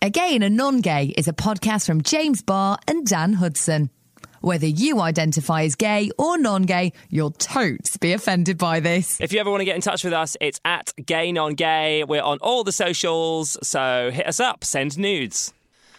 Again, a Non Gay is a podcast from James Barr and Dan Hudson. Whether you identify as gay or non gay, you'll totes be offended by this. If you ever want to get in touch with us, it's at Gay Non Gay. We're on all the socials, so hit us up. Send nudes.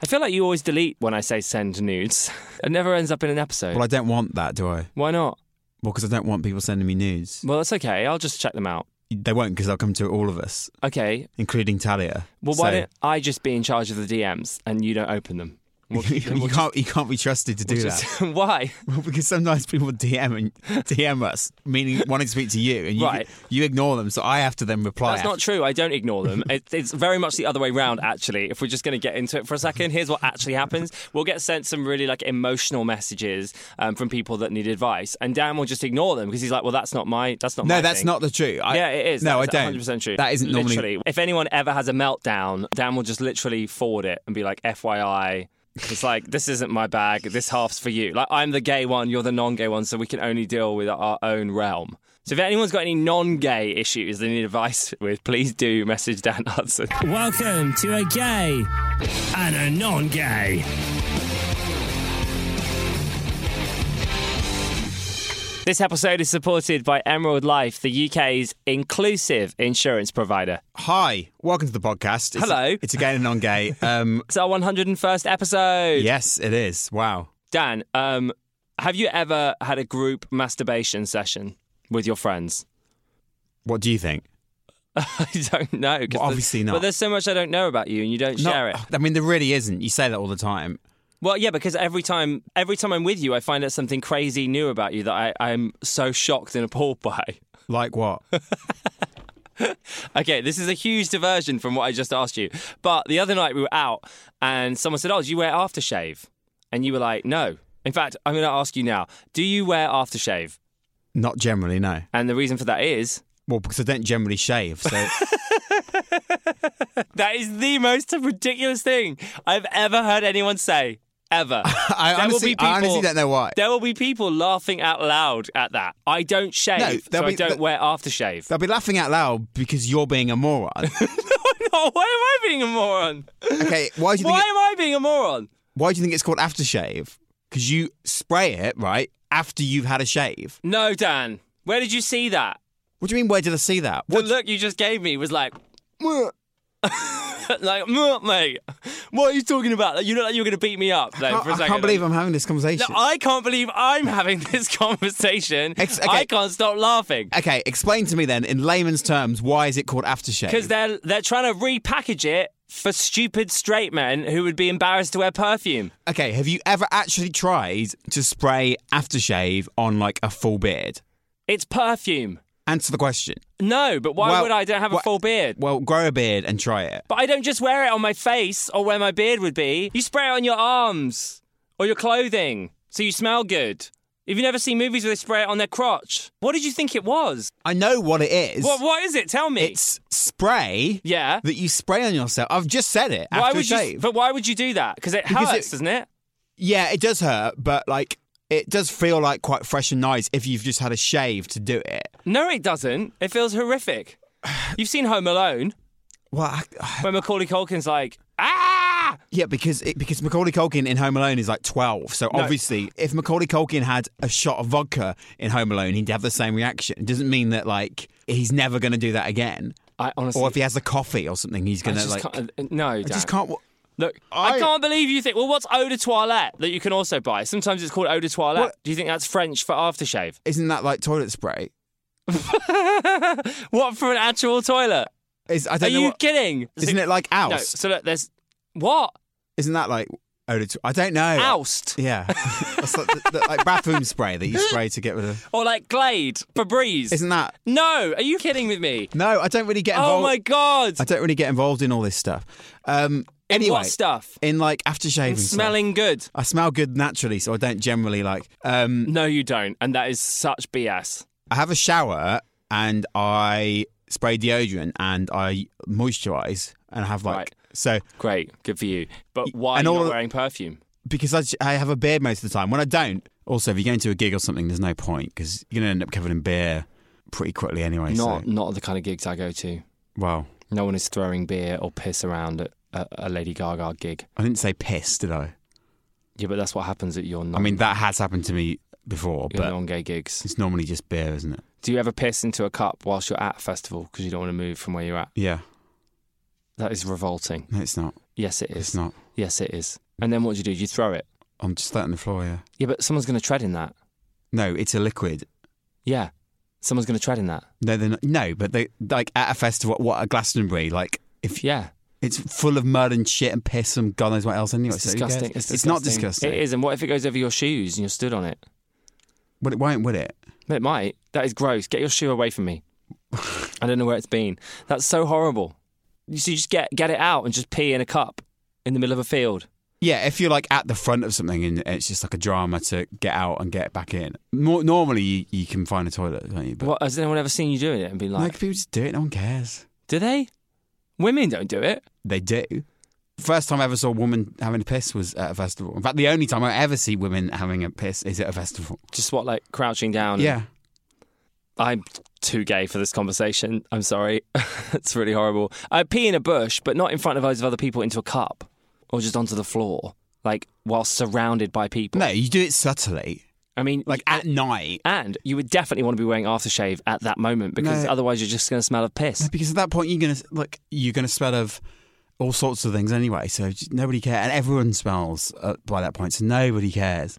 I feel like you always delete when I say send nudes. It never ends up in an episode. Well, I don't want that, do I? Why not? Well, because I don't want people sending me nudes. Well, that's okay. I'll just check them out. They won't, because they'll come to all of us, Okay. including Talia. Well, why So- don't I just be in charge of the DMs and you don't open them? We'll- you we'll can't you can't be trusted to do just- that just- why? Well, because sometimes people DM and DM us, meaning wanting to speak to you, and you Right. you ignore them, so I have to then reply. That's not true. I don't ignore them. It, it's very much the other way round, actually. If we're just going to get into it for a second, here's what actually happens. We'll get sent some really like emotional messages um, from people that need advice, and Dan will just ignore them because he's like, "Well, that's not my, that's not my." No, that's thing." not the truth. I, yeah, it is. No, That's I don't. 100% true. That isn't normally. Literally. If anyone ever has a meltdown, Dan will just literally forward it and be like, FYI. It's like, this isn't my bag. This half's for you. Like, I'm the gay one, you're the non gay one, so we can only deal with our own realm. So if anyone's got any non gay issues they need advice with, please do message Dan Hudson. Welcome to a gay and a non gay. This episode is supported by Emerald Life, the UK's inclusive insurance provider. Hi, welcome to the podcast. It's Hello. it's again a non-gay. Um, It's our 101st episode. yes, it is. Wow. Dan, um, have you ever had a group masturbation session with your friends? What do you think? I don't know. 'cause Well, there's- obviously not. But there's so much I don't know about you, and you don't Not- share it. I mean, there really isn't. You say that all the time. Well, yeah, because every time, every time I'm with you, I find out something crazy new about you that I, I'm so shocked and appalled by. Like what? Okay, this is a huge diversion from what I just asked you. But the other night we were out, and someone said, "Oh, do you wear aftershave?" And you were like, "No." In fact, I'm going to ask you now: Do you wear aftershave? Not generally, no. And the reason for that is Well, because I don't generally shave, so That is the most ridiculous thing I've ever heard anyone say. Ever. I There will honestly, be I honestly people- don't know why. There will be people laughing out loud at that. I don't No, shave, so there'll I be- don't th- wear aftershave. They'll be laughing out loud because you're being a moron. no, why am I being a moron? okay, why do you Why think? am I being a moron? Why do you think it's called aftershave? Because you spray it right after you've had a shave. No, Dan. Where did you see that? What do you mean? Where did I see that? The What? look you just gave me was like, like, "Mwah, mate, what are you talking about? Like, You look like you're going to beat me up. Like, I, for a I second. can't believe I'm having this No, conversation. I can't believe I'm having this conversation. Ex- okay. I can't stop laughing. okay, explain to me then, in layman's terms, why is it called aftershave? Because they're they're trying to repackage it for stupid straight men who would be embarrassed to wear perfume. okay, have you ever actually tried to spray aftershave on like a full beard? It's perfume. Answer the question. No, but why Well, would I? I don't have a wha- full beard. Well, grow a beard and try it. But I don't just wear it on my face or where my beard would be. You spray it on your arms or your clothing so you smell good. Have you never seen movies where they spray it on their crotch? What did you think it was? I know what it is. What what is it? Tell me. It's spray yeah. that you spray on yourself. I've just said it. Why after a would shave. you? But why would you do that? Because it Because hurts, it- doesn't it? Yeah, it does hurt, but like it does feel like quite fresh and nice if you've just had a shave to do it. No, it doesn't. It feels horrific. You've seen Home Alone. Well, I, when Macaulay Culkin's like, ah, yeah, because it, because Macaulay Culkin in Home Alone is like twelve, so obviously if Macaulay Culkin had a shot of vodka in Home Alone, he'd have the same reaction. It doesn't mean that like he's never going to do that again, I honestly, or if he has a coffee or something, he's I going to just like. can't, uh, no, I just Dan. can't. wa- Look, I, I- can't believe you think. Well, what's eau de toilette that you can also buy? Sometimes it's called eau de toilette. What- Do you think that's French for aftershave? Isn't that like toilet spray? What for an actual toilet? Is I Are don't know. you what- kidding? So- isn't it like No. oust? So look, there's what Isn't that like? Oh, I don't know. oust Yeah, That's like, the, the, like bathroom spray that you spray to get rid of. or like Glade Febreze? Isn't that no, are you kidding with me? No, I don't really get involved. Oh my god! I don't really get involved in all this stuff. Um, anyway, Mm. what stuff? in like aftershave and stuff. Smelling good? I smell good naturally, so I don't generally like. Um, No, you don't, and that is such BS. I have a shower and I spray deodorant and I moisturize and I have like Right. so Great, good for you. But why and are you all not of- wearing perfume? because I, I have a beard most of the time. When I don't, also if you're going to a gig or something, there's no point because you're gonna end up covered in beer pretty quickly anyway. Not so not the kind of gigs I go to. well, No one is throwing beer or piss around at a, a Lady Gaga gig. I didn't say piss, did I? Yeah, but that's what happens at your I non, mean, that has happened to me before, your but non-gay gigs. it's normally just beer, isn't it? Do you ever piss into a cup whilst you're at a festival because you don't want to move from where you're at? Yeah. That is revolting. No, it's not. Yes, it It's is. not. Yes, it is. And then what do you do? You throw it. I'm just that on the floor, yeah. Yeah, but someone's going to tread in that. No, it's a liquid. Yeah, someone's going to tread in that. No, they're not. No, but they like at a festival, what a Glastonbury, like if Yeah, it's full of mud and shit and piss and God knows what else anyway. it's so who disgusting. cares? It's, not disgusting. It is. And what if it goes over your shoes and you're stood on it? But it won't, would it? It might. That is gross. Get your shoe away from me. I don't know where it's been. That's so horrible. You should just get get it out and just pee in a cup in the middle of a field. Yeah, if you're like at the front of something and it's just like a drama to get out and get back in. More, normally, you, you can find a toilet, don't you? But what, has anyone ever seen you doing it and been like, like, people just do it. No one cares. do they? Women don't do it. They do. First time I ever saw a woman having a piss was at a festival. In fact, the only time I ever see women having a piss is at a festival. Just what, like crouching down? Yeah, I'm too gay for this conversation. I'm sorry. it's really horrible. I pee in a bush, but not in front of loads of other people into a cup or just onto the floor, like while surrounded by people. no, you do it subtly, I mean, like at night. And you would definitely want to be wearing aftershave at that moment because No. otherwise you're just going to smell of piss. Because at that point, you're gonna like you're gonna smell of all sorts of things anyway. So j- nobody cares, and everyone smells uh, by that point. So nobody cares.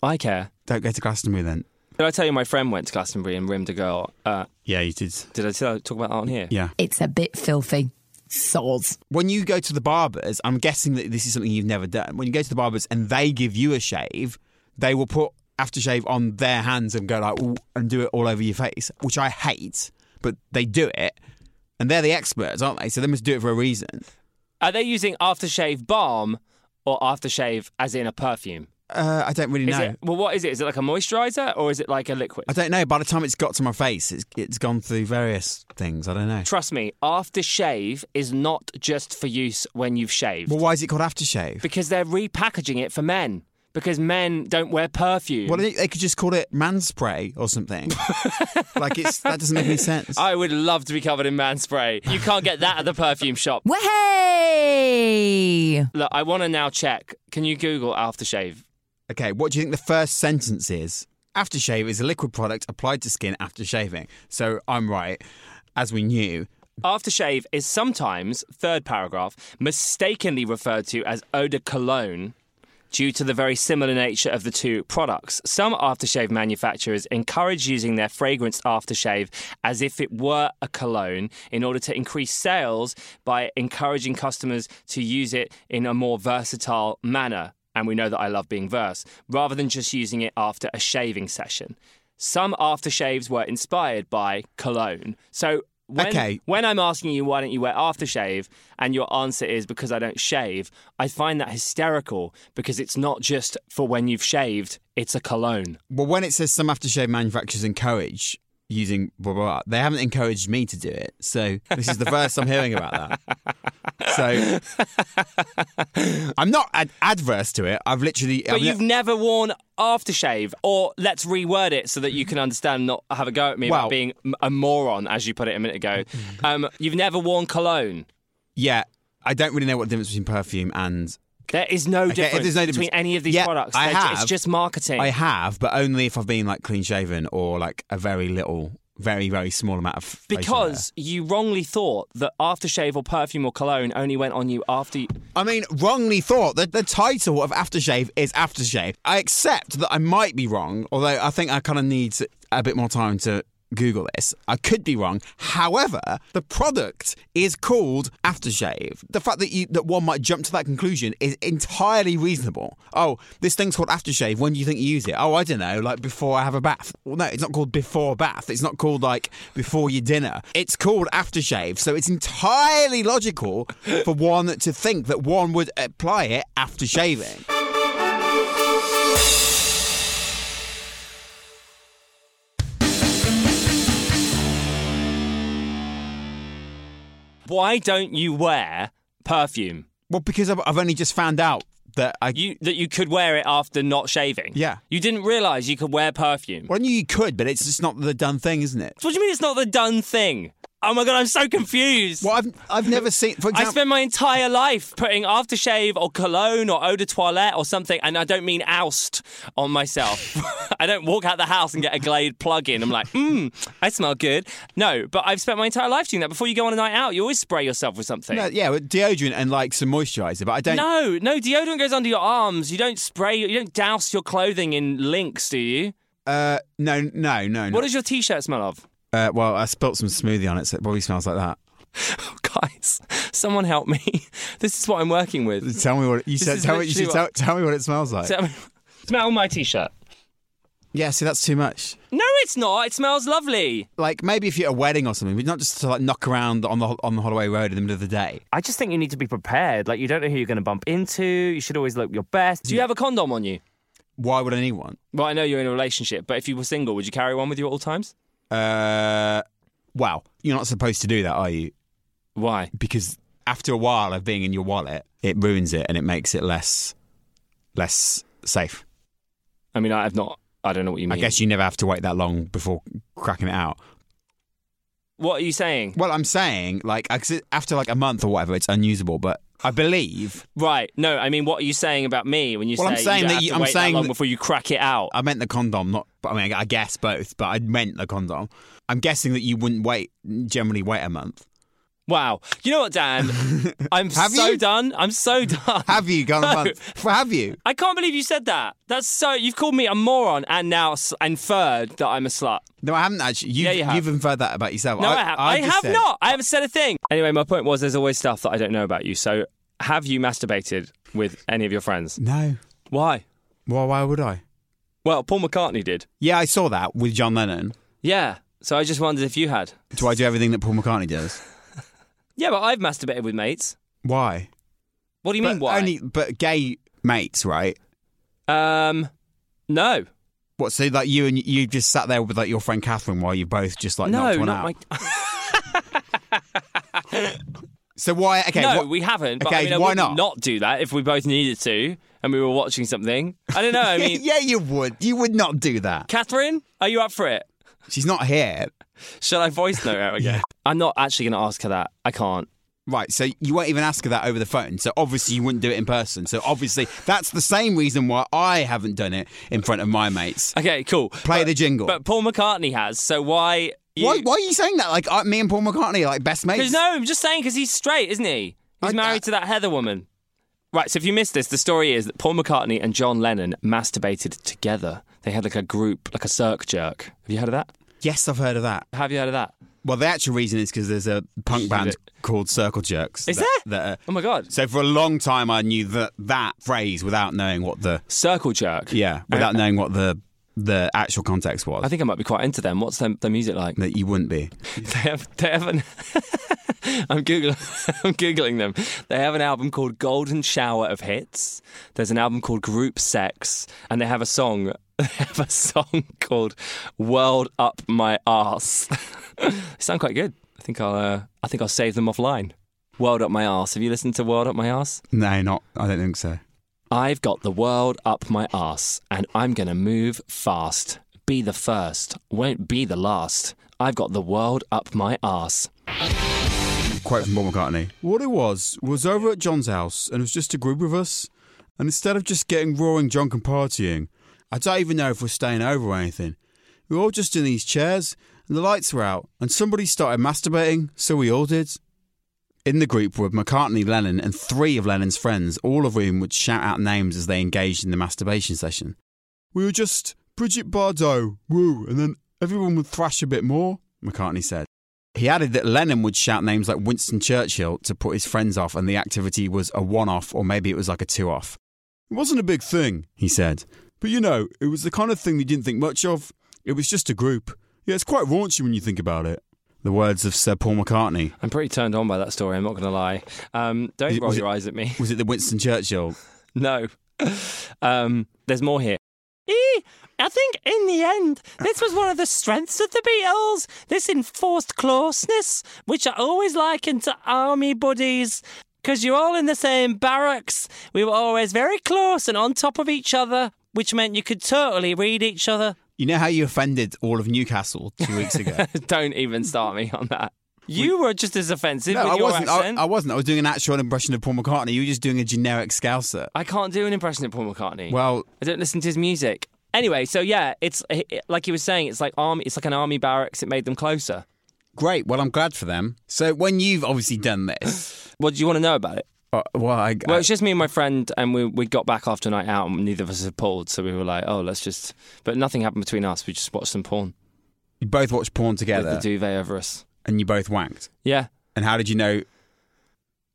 I care. Don't go to Glastonbury then. Did I tell you my friend went to Glastonbury and rimmed a girl? Uh, Yeah, you did. did I tell, talk about that on here? Yeah. It's a bit filthy. Soz. when you go to the barbers, I'm guessing that this is something you've never done. When you go to the barbers and they give you a shave, they will put aftershave on their hands and go like "Ooh," and do it all over your face, which I hate, but they do it. And they're the experts, aren't they? So they must do it for a reason. Are they using aftershave balm or aftershave as in a perfume? Uh, I don't really Is know. it, well, what is it? Is it like a moisturizer or is it like a liquid? I don't know. By the time it's got to my face, it's it's gone through various things. I don't know. Trust me, aftershave is not just for use when you've shaved Well, why is it called aftershave? because they're repackaging it for men because men don't wear perfume. Well, they they could just call it man spray or something. like it's that doesn't make any sense. I would love to be covered in man spray. You can't get that at the perfume shop. Wahey! Look, I want to now check. Can you Google aftershave? Okay, what do you think the first sentence is? Aftershave is a liquid product applied to skin after shaving. So I'm right, as we knew. Aftershave is sometimes, third paragraph, mistakenly referred to as eau de cologne due to the very similar nature of the two products. Some aftershave manufacturers encourage using their fragranced aftershave as if it were a cologne in order to increase sales by encouraging customers to use it in a more versatile manner. And we know that I love being verse, rather than just using it after a shaving session. Some aftershaves were inspired by cologne. So when, Okay. when I'm asking you why don't you wear aftershave and your answer is because I don't shave, I find that hysterical because it's not just for when you've shaved, it's a cologne. Well, when it says some aftershave manufacturers encourage using blah, blah, blah, they haven't encouraged me to do it. So this is the first I'm hearing about that. So I'm not ad- adverse to it. I've literally. But I've you've ne- never worn aftershave, or let's reword it so that you can understand, not have a go at me Well- about being m- a moron, as you put it a minute ago. um, you've never worn cologne. yeah, I don't really know what the difference between perfume and. There is no Okay, if difference there's no difference- between any of these Yeah, products. I They're ju- have. It's just marketing. I have, but only if I've been like clean shaven or like a very little, very, very small amount of. facial hair. because you wrongly thought that aftershave or perfume or cologne only went on you after. You- I mean, wrongly thought that the title of Aftershave is Aftershave. I accept that I might be wrong, although I think I kind of need a bit more time to Google this. I could be wrong. However, the product is called Aftershave. The fact that you that one might jump to that conclusion is entirely reasonable. Oh, this thing's called Aftershave. When do you think you use it? Oh, I don't know, like before I have a bath. Well, no, it's not called before bath. It's not called like before your dinner. It's called aftershave. So it's entirely logical for one to think that one would apply it after shaving. why don't you wear perfume? Well, because I've I've only just found out that I. You that you could wear it after not shaving. Yeah. You didn't realise you could wear perfume. well, I knew you could, but it's just not the done thing, isn't it? What do you mean it's not the done thing? Oh my god, I'm so confused. Well, I've, I've never seen. For I example, spend my entire life putting aftershave or cologne or eau de toilette or something, and I don't mean oust on myself. I don't walk out the house and get a Glade plug in. I'm like, mmm, I smell good. No, but I've spent my entire life doing that. Before you go on a night out, you always spray yourself with something. no, No, yeah, with deodorant and like some moisturizer, but I don't. no, deodorant goes under your arms. You don't spray, you don't douse your clothing in links, do you? Uh, no, no, no. no. What does your t shirt smell of? uh, well, I spilt some smoothie on it, so it probably smells like that. Oh, Guys, someone help me. This is what I'm working with. Tell me what it- you said. is Tell me, you literally should tell, what- tell me what it smells like. Smell my t shirt. yeah, see, that's too much. No, it's not. It smells lovely. Like maybe if you're at a wedding or something, but not just to like knock around on the on the Holloway Road in the middle of the day. I just think you need to be prepared. Like, you don't know who you're going to bump into. You should always look your best. Do you have a condom on you? Why would I need one? Well, I know you're in a relationship, but if you were single, would you carry one with you at all times? Uh, wow, you're not supposed to do that, are you? Why? Because after a while of being in your wallet, it ruins it and it makes it less less safe. I mean, I have not. I don't know what you I mean. guess you never have to wait that long before cracking it out. What are you saying? Well, I'm saying like I- 'cause it- after like a month or whatever, it's unusable. But I believe Right. No, I mean, what are you saying about me when you Well, say I'm saying you don't that have you- to I'm wait saying that long that- before you crack it out? I meant the condom, not. But I mean, I guess both. But I meant the condom. I'm guessing that you wouldn't wait generally wait a month. Wow. You know what, Dan? I'm Have so you? done. I'm so done. Have you gone a No. month? Have you? I can't believe you said that. That's so. You've called me a moron and now s- inferred that I'm a slut. No, I haven't actually. You've, Yeah, you have. have inferred that about yourself. No, I, have. I, just have said- not. I haven't said a thing. Anyway, my point was there's always stuff that I don't know about you. So, have you masturbated with any of your friends? No. Why? Well, why would I? Well, Paul McCartney did. Yeah, I saw that with John Lennon. Yeah. So I just wondered if you had. Do I do everything that Paul McCartney does? Yeah, but I've masturbated with mates. Why? What do you mean? but Why? Only, but gay mates, right? um, no, What? So like you and you just sat there with like your friend Catherine while you both just like no, knocked one not out. my. So why? Okay. no, what- we haven't. But I Okay, mean, I why wouldn't not? Not do that if we both needed to and we were watching something. I don't know. I mean, yeah, you would. You would not do that. Catherine, are you up for it? She's not here. Shall I voice note out again? I'm not actually going to ask her that. I can't. Right, so you won't even ask her that over the phone. So obviously you wouldn't do it in person. So obviously that's the same reason why I haven't done it in front of my mates. Okay, cool. Play the jingle. But Paul McCartney has. So why? You... why, why are you saying that? Like I, me and Paul McCartney are like best mates. Because no, I'm just saying because he's straight, isn't he? He's I- married to that Heather woman. Right. So if you missed this, the story is that Paul McCartney and John Lennon masturbated together. They had like a group, like a circ jerk. Have you heard of that? Yes, I've heard of that. Have you heard of that? Well, the actual reason is because there's a punk band called Circle Jerks. Is that, uh, there? Oh my god, so for a long time I knew that that phrase without knowing what the circle jerk. yeah without knowing what the the actual context was. I think I might be quite into them. What's their, their music like? that you wouldn't be. They have. They have an. I'm googling. I'm googling them. They have an album called Golden Shower of Hits. There's an album called Group Sex, and they have a song. They have a song called World Up My Arse. they sound quite good. I think I'll. Uh, I think I'll save them offline. World Up My Arse. Have you listened to World Up My Arse? No, not. I don't think so. I've got the world up my arse, and I'm gonna move fast. Be the first, won't be the last. I've got the world up my arse. quote from Paul McCartney. What it was was over at John's house, and it was just a group of us. And instead of just getting roaring drunk and partying, I don't even know if we're staying over or anything. We were all just in these chairs, and the lights were out, and somebody started masturbating, so we all did. In the group were McCartney, Lennon, and three of Lennon's friends, all of whom would shout out names as they engaged in the masturbation session. We were just Bridget Bardot, woo, and then everyone would thrash a bit more, McCartney said. He added that Lennon would shout names like Winston Churchill to put his friends off, and the activity was a one off, or maybe it was like a two off. It wasn't a big thing, he said. But you know, it was the kind of thing they didn't think much of. It was just a group. Yeah, it's quite raunchy when you think about it. The words of Sir Paul McCartney. I'm pretty turned on by that story. I'm not going to lie. Um, don't Was it- roll was your it- eyes at me. Was it the Winston Churchill? No. Um, there's more here. Eh, I think in the end, this was one of the strengths of the Beatles. This enforced closeness, which I always liken to army buddies. Because you're all in the same barracks. We were always very close and on top of each other, which meant you could totally read each other. You know how you offended all of Newcastle two weeks ago? Don't even start me on that. You were just as offensive No, with I your wasn't. I, accent. I wasn't. I was doing an actual impression of Paul McCartney. You were just doing a generic Scouser. I can't do an impression of Paul McCartney. Well, I don't listen to his music. Anyway, so yeah, it's it- like he was saying, it's like army, it's like an army barracks. It made them closer. great. Well, I'm glad for them. So when you've obviously done this, What do you want to know about it? uh, well, I, Well, it's just me and my friend, and we we got back after a night out, and neither of us had pulled, so we were like, oh, let's just. But nothing happened between us. We just watched some porn you both watched porn with together the duvet over us. and you both wanked. Yeah, And how did you know?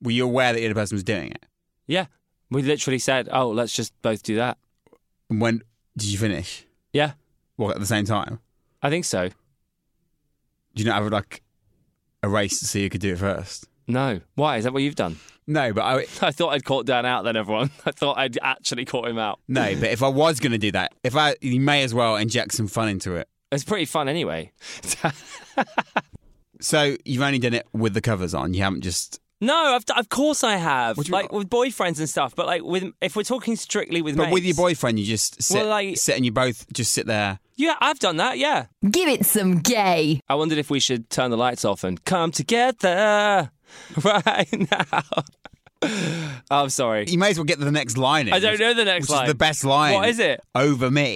Were you aware that the other person was doing it? yeah. We literally said, oh, let's just both do that. And when did you finish? Yeah, Well, at the same time. I think so. Do you not have like a race to see who could do it first? No, why is that what you've done? No, but I I thought I'd caught Dan out then, everyone. I thought I'd actually caught him out. no, but if I was going to do that, if I you may as well inject some fun into it. It's pretty fun anyway. So you've only done it with the covers on. You haven't just No, I've, d- of course I have. Would you- Like with boyfriends and stuff, but like with if we're talking strictly with But with your mates- boyfriend, you just sit, Well, like- sit and you both just sit there. Yeah, I've done that. Yeah, Give it some gay. I wondered if we should turn the lights off and come together right now. I'm sorry. You may as well get to the next line. In, I don't know the next which line. Is the best line. What is it? Over me.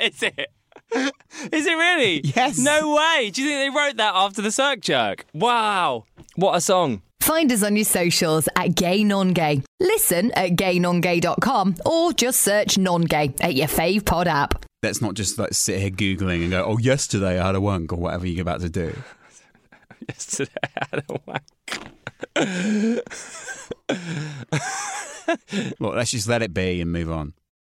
is it? Is it really? Yes. No way. Do you think they wrote that after the Cirque Jerk? Wow. What a song. Find us on your socials at Gay Non Gay. Listen at gaynongay.com or just search non gay at your fave pod app. Let's not just like sit here googling and go, "Oh, yesterday I had a wank" or whatever you're about to do. yesterday. I had a wank. Look, let's just let it be and move on.